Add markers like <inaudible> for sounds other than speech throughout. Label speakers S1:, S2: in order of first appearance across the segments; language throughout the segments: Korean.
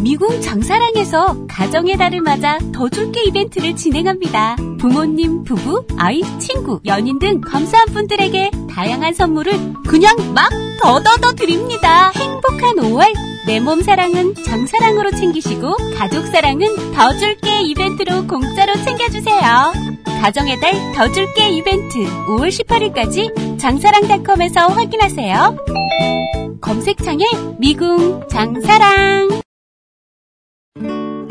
S1: 미궁 장사랑에서 가정의 달을 맞아 더 줄게 이벤트를 진행합니다. 부모님, 부부, 아이, 친구, 연인 등 감사한 분들에게 다양한 선물을 그냥 막 더더더 드립니다. 행복한 5월 내 몸 사랑은 장사랑으로 챙기시고 가족 사랑은 더 줄게 이벤트로 공짜로 챙겨주세요. 가정의 달 더 줄게 이벤트 5월 18일까지 장사랑닷컴에서 확인하세요. 검색창에 미궁 장사랑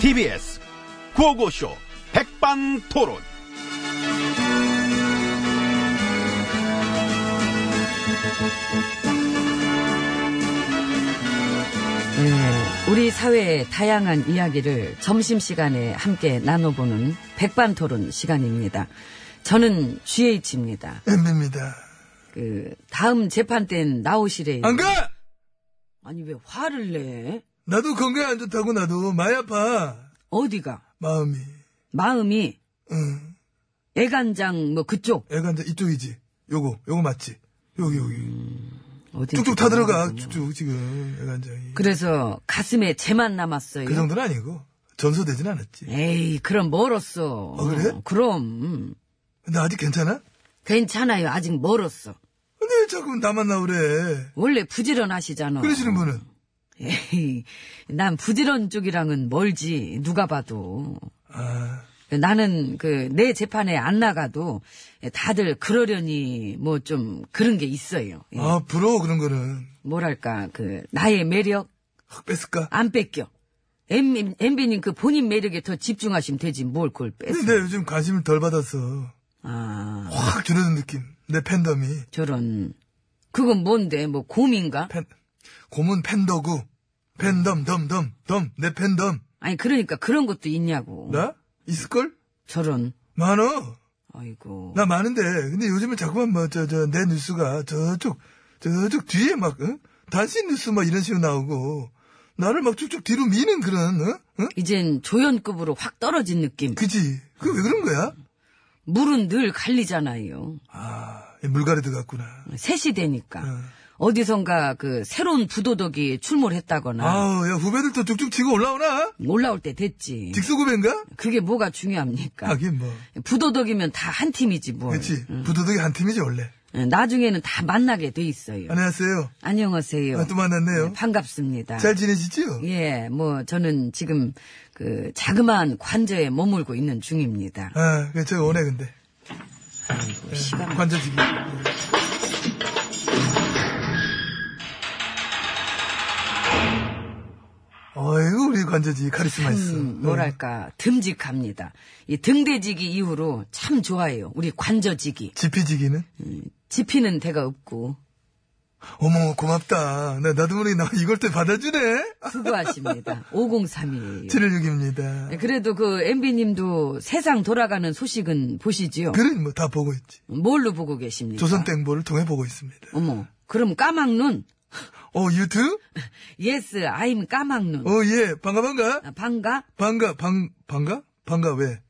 S2: TBS 구호고쇼 백반토론.
S3: 네, 우리 사회의 다양한 이야기를 점심시간에 함께 나눠보는 백반토론 시간입니다. 저는 GH입니다.
S4: 엠비입니다.
S3: 그 다음 재판 땐 나오시래요.
S4: 안 그- 가!
S3: 아니 왜 화를 내?
S4: 나도 건강 안 좋다고 나도 많이 아파.
S3: 어디가?
S4: 마음이.
S3: 마음이
S4: 응.
S3: 애간장 뭐 그쪽
S4: 애가 이제 이쪽이지. 요거, 요거 맞지? 여기, 여기.
S3: 어디
S4: 쭉쭉 다 들어가. 쭉쭉 지금 애가 이제.
S3: 그래서 가슴에 재만 남았어요.
S4: 그 정도는 아니고. 전소되진 않았지.
S3: 에이 그럼 멀었어.
S4: 아, 그래?
S3: 그럼 음.
S4: 근데 아직 괜찮아?
S3: 괜찮아요. 아직 멀었어.
S4: 근데 자꾸 나만 나오래.
S3: 원래 부지런하시잖아.
S4: 그러시는 분은.
S3: 에이, 난 부지런 쪽이랑은 멀지, 누가 봐도.
S4: 아,
S3: 나는 그, 내 재판에 안 나가도 다들 그러려니, 뭐 좀 그런 게 있어요. 예,
S4: 아, 부러워, 그런 거는.
S3: 뭐랄까, 그, 나의 매력
S4: 확 뺐을까?
S3: 안 뺏겨. 엠, 엠비님 그 본인 매력에 더 집중하시면 되지, 뭘 그걸 뺏어.
S4: 근데 내 요즘 관심을 덜 받았어.
S3: 아,
S4: 확 줄어든 느낌. 내 팬덤이.
S3: 저런. 그건 뭔데, 뭐 곰인가?
S4: 팬, 고문 팬더구. 팬덤, 덤, 덤, 덤. 내 팬덤.
S3: 아니, 그러니까 그런 것도 있냐고.
S4: 나? 있을걸?
S3: 저런.
S4: 많어.
S3: 아이고.
S4: 나 많은데. 근데 요즘은 자꾸만 뭐, 저, 저, 내 뉴스가 저쪽, 저쪽 뒤에 막, 응? 단신 뉴스 막 이런 식으로 나오고. 나를 막 쭉쭉 뒤로 미는 그런, 응? 응?
S3: 이젠 조연급으로 확 떨어진 느낌.
S4: 그지? 그 왜 그런 거야?
S3: 물은 늘 갈리잖아요.
S4: 아, 이 물갈이도 같구나.
S3: 셋이 되니까.
S4: 네.
S3: 어디선가 그 새로운 부도덕이 출몰했다거나
S4: 아우, 야, 후배들도 쭉쭉 치고 올라오나?
S3: 올라올 때 됐지.
S4: 직속 후배인가?
S3: 그게 뭐가 중요합니까?
S4: 하긴 뭐.
S3: 부도덕이면 다 한 팀이지 뭐.
S4: 그치. 부도덕이 한 팀이지, 원래.
S3: 나중에는 다 만나게 돼 있어요.
S4: 안녕하세요.
S3: 안녕하세요.
S4: 아, 또 만났네요.
S3: 네, 반갑습니다.
S4: 잘 지내시지요?
S3: 예, 뭐 저는 지금 그 자그마한 관저에 머물고 있는 중입니다.
S4: 아, 그, 제가 오네, 근데. 예, 관절지기. 어이구, 우리 관절지기 카리스마 있어. 네.
S3: 음, 뭐랄까 듬직합니다. 이 등대지기 이후로 참 좋아요. 우리 관저지기.
S4: 지피지기는?
S3: 지피는 대가 없고
S4: 어머, 고맙다. 나, 나도 모르게 나 이걸 또 받아주네?
S3: 예.
S4: <laughs>
S3: 수고하십니다. 503이에요.
S4: 716입니다.
S3: 그래도 그 MB님도 세상 돌아가는 소식은 보시지요?
S4: 그래, 뭐, 다 보고 있지.
S3: 뭘로 보고 계십니까?
S4: 조선땡보를 통해 보고 있습니다.
S3: 어머, 그럼 까막눈?
S4: 어, 유튜브?
S3: 음. 예스, 아임 까막눈.
S4: 어, 예. 반가, 반가?
S3: 아, 반가?
S4: 반가, 방, 반가? 반가, 왜?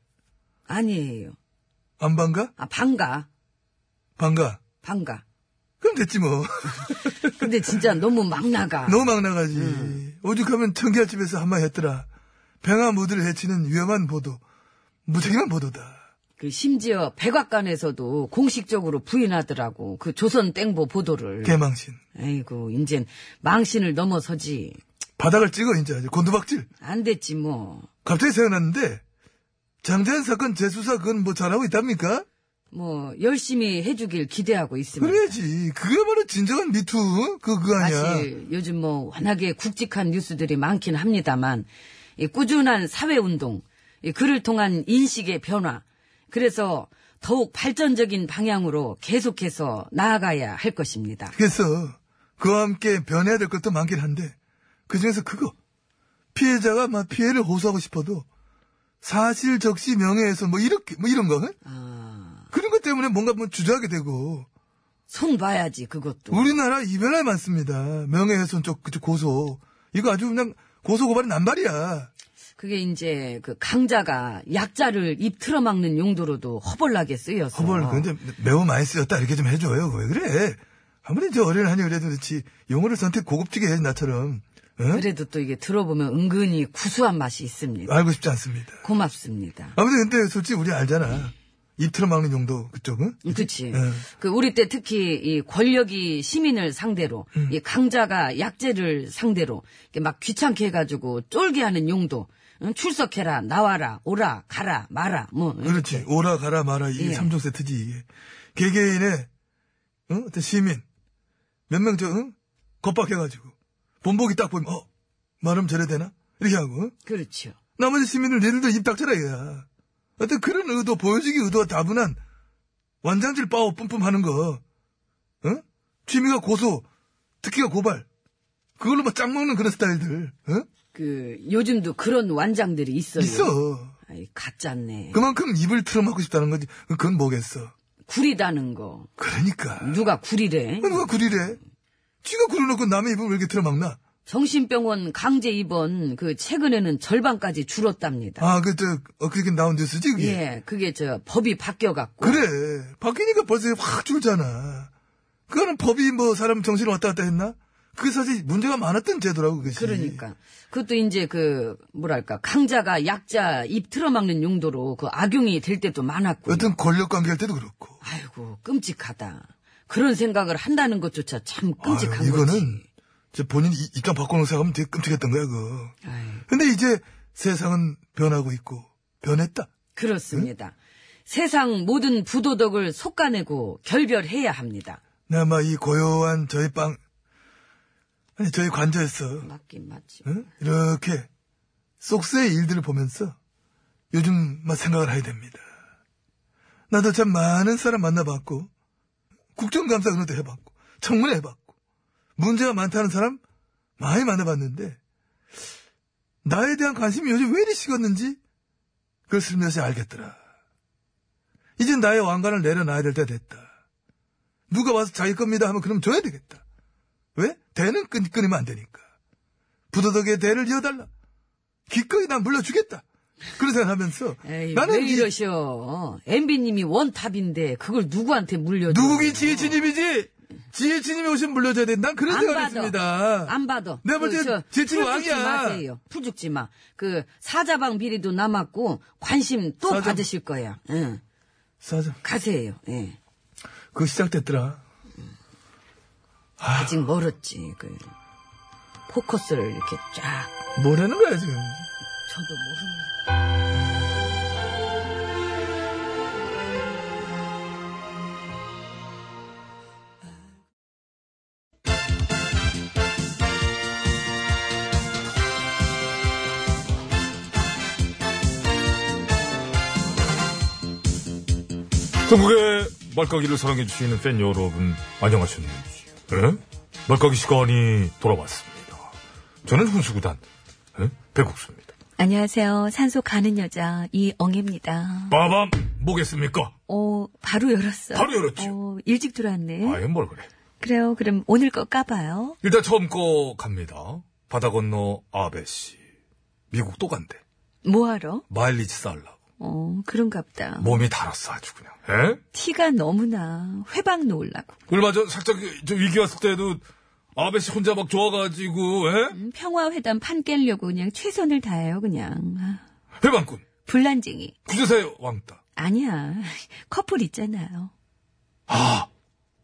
S3: 아니에요.
S4: 안 반가?
S3: 아, 반가,
S4: 반가.
S3: 반가.
S4: 그럼 됐지, 뭐.
S3: 근데 진짜 너무 막 나가.
S4: 너무 막 나가지.
S3: 음.
S4: 오죽하면 청계아집에서 한마디 했더라. 뱅아 모두를 해치는 위험한 보도. 무책임한 보도다.
S3: 그 심지어 백악관에서도 공식적으로 부인하더라고.
S4: 네.
S3: 그 조선 땡보 보도를.
S4: 개망신.
S3: 아이고, 이젠 망신을 넘어서지.
S4: 바닥을 찍어 이제 아주 곤두박질.
S3: 안 됐지 뭐.
S4: 갑자기 생각났는데 장자연 사건 재수사 그건 뭐 잘하고 있답니까?
S3: 뭐 열심히 해주길 기대하고 있습니다.
S4: 그래야지. 그게바로 진정한 미투 그 그거 아니야.
S3: 사실 요즘 뭐 워낙에 굵직한 뉴스들이 많긴 합니다만 이 꾸준한 사회운동, 이 그를 통한 인식의 변화, 그래서 더욱 발전적인 방향으로 계속해서 나아가야 할 것입니다.
S4: 그래서 그와 함께 변해야 될 것도 많긴 한데 그 중에서 그거 피해자가 막 피해를 호소하고 싶어도 사실 적시 명예훼손 뭐 이렇게 뭐 이런 거 응?
S3: 아,
S4: 그런 것 때문에 뭔가 뭐 주저하게 되고
S3: 손 봐야지 그것도.
S4: 우리나라 이별할 많습니다 명예훼손 쪽 그쪽 고소 이거 아주 그냥 고소 고발이 난발이야
S3: 그게 이제 그 강자가 약자를 입 틀어막는 용도로도 허벌나게 쓰여서.
S4: 허벌 굉장히 매우 많이 쓰였다 이렇게 좀 해줘요 왜 그래 아무리 저 어린 한이 그래도 그렇지 용어를 선택 고급지게 해 나처럼 응?
S3: 그래도 또 이게 들어보면 은근히 구수한 맛이 있습니다.
S4: 알고 싶지 않습니다
S3: 고맙습니다.
S4: 아무튼 근데 솔직히 우리 알잖아 입 틀어막는 용도 그쪽은 예.
S3: 그치.
S4: 응.
S3: 그, 우리 때 특히, 이 권력이 시민을 상대로,
S4: 음.
S3: 이 강자가 약재를 상대로, 이렇게 막 귀찮게 해가지고 쫄게 하는 용도, 응? 출석해라, 나와라, 오라, 가라, 마라, 뭐. 이렇게.
S4: 그렇지. 오라 가라 마라 이게
S3: 예.
S4: 삼종 세트지 이게. 개개인의 어? 어떤 시민 몇 명 저 응? 겁박해가지고 본보기 딱 보면 어? 말하면 저래 되나? 이렇게 하고 어?
S3: 그렇죠.
S4: 나머지 시민을 예를 들어 입 닥쳐라 이거야. 어떤 그런 의도 보여주기 의도가 다분한 완장질 빠오 뿜뿜 하는 거 어? 취미가 고소 특기가 고발 그걸로 뭐 막짱 먹는 그런 스타일들 어?
S3: 그, 요즘도 그런 완장들이 있어요.
S4: 있어.
S3: 아이, 가짜네.
S4: 그만큼 입을 틀어막고 싶다는 거지. 그건 뭐겠어.
S3: 구리다는 거.
S4: 그러니까.
S3: 누가 구리래?
S4: 왜 누가 구리래? 쥐가 구려놓고 남의 입을 왜 이렇게 틀어막나?
S3: 정신병원 강제 입원, 그, 최근에는 절반까지 줄었답니다.
S4: 아, 그, 저, 어, 그게 나온 뉴스지, 그게?
S3: 예, 그게 저, 법이 바뀌어갖고.
S4: 그래. 바뀌니까 벌써 확 줄잖아. 그거는 법이 뭐 사람 정신을 왔다 갔다 했나? 그게 사실 문제가 많았던 제도라고, 그것이.
S3: 그러니까. 그것도 이제 그, 뭐랄까, 강자가 약자 입 틀어막는 용도로 그 악용이 될 때도 많았고.
S4: 여튼 권력 관계할 때도 그렇고.
S3: 아이고, 끔찍하다. 그런 생각을 한다는 것조차 참 끔찍한
S4: 아유,
S3: 거지.
S4: 이거는 이제 본인 이- 입장 바꿔놓은 생각하면 되게 끔찍했던 거야, 그거.
S3: 아유,
S4: 근데 이제 세상은 변하고 있고, 변했다.
S3: 그렇습니다. 세상 모든 부도덕을 속가내고 결별해야 합니다.
S4: 나마 이 고요한 저희 빵, 아니, 저희 관저에서
S3: 맞긴 맞지.
S4: 응? 이렇게 속세의 일들을 보면서 요즘 막 생각을 하게 됩니다. 나도 참 많은 사람 만나봤고 국정감사 그런 것도 해봤고 청문회 해봤고 문제가 많다는 사람 많이 만나봤는데 나에 대한 관심이 요즘 왜 이리 식었는지 그걸 슬며시 알겠더라. 이제 나의 왕관을 내려놔야 될 때가 됐다. 누가 와서 자기 겁니다 하면 그럼 줘야 되겠다. 왜? 대는 끊, 끊으면 안 되니까. 부도덕의 대를 이어달라. 기꺼이 난 물려주겠다. 그런 생각하면서
S3: 에이,
S4: 나는
S3: 왜
S4: 이-
S3: 이러셔. MB님이 원탑인데 그걸 누구한테 물려줘.
S4: 누구기 지혜진님이지? 지혜진님이 오시면 물려줘야 돼. 난 그런
S3: 안
S4: 생각을
S3: 받아.
S4: 했습니다. 네,
S3: 안 받아.
S4: 내가 볼
S3: 그
S4: 땐
S3: 저
S4: 지친
S3: 풀
S4: 왕이야.
S3: 죽지 마세요. 풀 죽지 마. 그 사자방 비리도 남았고 관심 또
S4: 사자-
S3: 받으실 거야. 응.
S4: 사장,
S3: 가세요. 예.
S4: 그거 시작됐더라.
S3: 아직 멀었지. 그 포커스를 이렇게 쫙.
S4: 뭐라는 거야, 지금.
S3: 저도 모릅니다.
S5: 전국의 말까기를 사랑해주시는 팬 여러분, 안녕하셨는지. 예? 말까기 시간이 돌아왔습니다. 저는 훈수구단, 예? 배국수입니다.
S6: 안녕하세요. 산소 가는 여자 이엉입니다.
S5: 빠밤! 뭐겠습니까?
S6: 어, 바로 열었어요.
S5: 바로 열었죠.
S6: 어, 일찍
S3: 음?
S6: 들어왔네.
S5: 아예 뭘 그래.
S6: 그래요. 그럼 오늘 거 까봐요.
S5: 일단 처음 거 갑니다. 바다 건너 아베씨. 미국 또 간대.
S6: 뭐하러?
S5: 마일리지 쌓으려고.
S6: 어, 그런갑다.
S5: 몸이 달았어, 아주 그냥. 예?
S6: 티가 너무나 회방 놓으려고.
S5: 얼마 전 살짝 저 위기 왔을 때도 아베씨 혼자 막 좋아가지고, 예?
S6: 음, 평화회담 판 깨려고 그냥 최선을 다해요, 그냥. 아,
S5: 해방꾼,
S6: 불난쟁이.
S5: 구제사의 왕따.
S3: <laughs>
S6: 아니야. 커플 있잖아요.
S5: 아,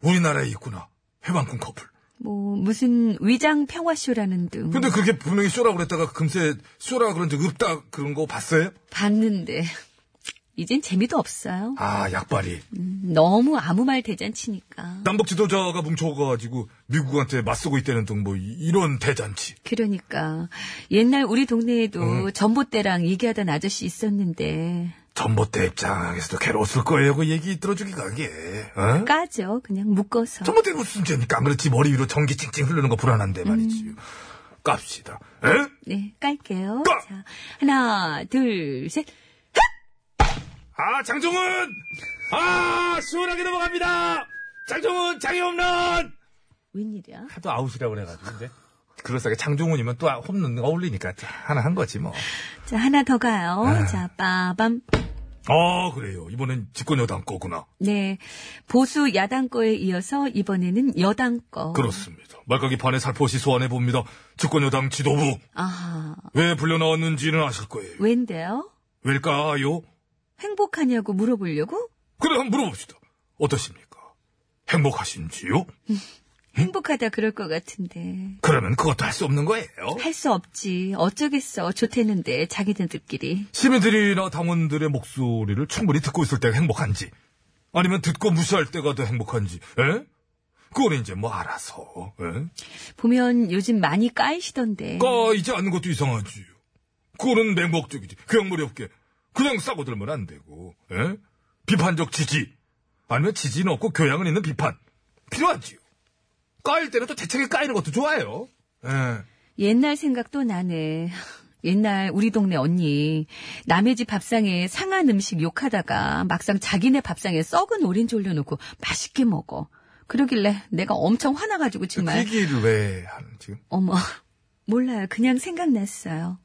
S5: 우리나라에 있구나. 해방군 커플.
S3: 뭐 무슨 위장 평화쇼라는 등
S5: 근데 그렇게 분명히 쇼라고 그랬다가 금세 쇼라 그런 적 없다 그런 거 봤어요?
S3: 봤는데 이젠 재미도 없어요. 음,
S5: 아, 약발이.
S3: 너무 아무 말 대잔치니까.
S5: 남북 지도자가 뭉쳐가지고 미국한테 맞서고 있다는 등 뭐 이런 대잔치.
S3: 그러니까 옛날 우리 동네에도
S5: 음.
S3: 전봇대랑 얘기하던 아저씨 있었는데
S5: 전봇대 입장에서도 괴로웠을 거예요. 그 얘기 들어주기가 그게. 어?
S3: 까죠 그냥 묶어서.
S5: 전봇대 무슨 죄입니까? 안 그렇지. 머리 위로 전기 찡찡 흐르는 거 불안한데 말이지. 깝시다. 에?
S3: 네 깔게요.
S5: 까!
S3: 자 하나 둘 셋.
S5: 아, 장종은! 아, 시원하게 넘어갑니다! 장종은, 장이 홈런!
S3: 웬일이야?
S5: 하도 아웃이라고 그래가지고, 근데. 그럴싸하게 장종훈이면 또 아- 홈런 어울리니까 자, 하나 한 거지, 뭐.
S3: 자 하나 더 가요. 자 빠밤.
S5: 아, 그래요. 이번엔 집권 여당 거구나.
S3: 네 보수 야당 거에 이어서 이번에는 여당 거.
S5: 그렇습니다. 말까기 판에 살포시 소환해 봅니다. 집권 여당 지도부.
S3: 아하
S5: 왜 불려나왔는지는 아실 거예요.
S3: 웬데요?
S5: 왜일까요?
S3: 행복하냐고 물어보려고?
S5: 그래, 한번 물어봅시다. 어떠십니까? 행복하신지요?
S3: 행복하다 그럴 것 같은데.
S5: 그러면 그것도 할 수 없는 거예요.
S3: 할 수 없지. 어쩌겠어. 좋대는데, 자기네들끼리.
S5: 시민들이나 당원들의 목소리를 충분히 듣고 있을 때가 행복한지, 아니면 듣고 무시할 때가 더 행복한지, 에? 그건 이제 뭐 알아서, 예? 에?
S3: 보면 요즘 많이 까이시던데.
S5: 까이지 않는 것도 이상하지. 그거는 맹목적이지. 그양머리 없게. 그냥 싸고 들면 안 되고, 에? 비판적 지지. 아니면 지지는 없고 교양은 있는 비판. 필요하지요. 까일 때는 또 대책에 까이는 것도 좋아요. 예.
S3: 옛날 생각도 나네. <laughs> 옛날 우리 동네 언니 남의 집 밥상에 상한 음식 욕하다가 막상 자기네 밥상에 썩은 오렌지 올려놓고 맛있게 먹어. 그러길래 내가 엄청 화나가지고
S5: 그
S3: 정말
S5: 얘기를 왜 하는, 지금?
S3: 어머 <laughs> 몰라요 그냥 생각났어요.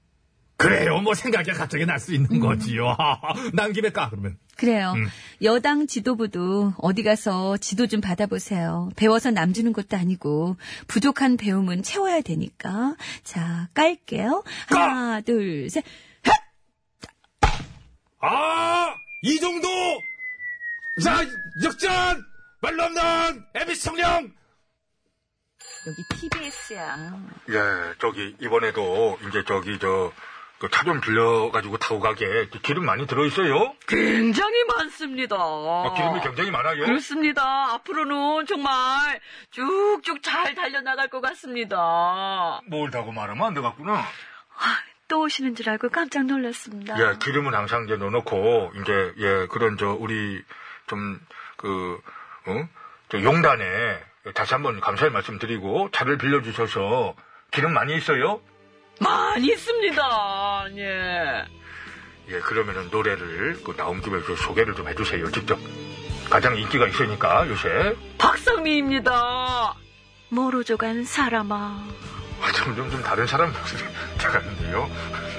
S5: 그래요. 뭐 생각이 갑자기 날 수 있는 거지요. <laughs> 난 김에 까, 그러면.
S3: 그래요. 여당 지도부도 어디 가서 지도 좀 받아보세요. 배워서 남주는 것도 아니고 부족한 배움은 채워야 되니까. 자, 깔게요. 하나, 둘, 셋.
S5: 아! 이 정도! 자, 역전! 말로 없는 MBC 성령!
S3: 여기 TBS야.
S5: 예, 저기, 이번에도, 이제 저기, 저, 차 좀 빌려가지고 타고 가게 기름 많이 들어있어요?
S7: 굉장히 많습니다.
S5: 아, 기름이 굉장히 많아요.
S7: 그렇습니다. 앞으로는 정말 쭉쭉 잘 달려나갈 것 같습니다.
S5: 뭘 타고 말하면 안 되겠구나.
S3: 아, 또 오시는 줄 알고 깜짝 놀랐습니다.
S5: 예, 기름은 항상 이제 넣어놓고, 이제, 예, 그런 저, 우리, 좀, 그, 어? 저 용단에 다시 한번 감사의 말씀 드리고, 차를 빌려주셔서, 기름 많이 있어요?
S7: 많이 있습니다. 예.
S5: 예, 그러면은 노래를, 그, 나온 김에 그 소개를 좀 해주세요, 직접. 가장 인기가 있으니까, 요새.
S7: 박상미입니다.
S3: 멀어져간 사람아.
S5: <laughs> 아, 점점 좀 다른 사람 목소리 나가는데요.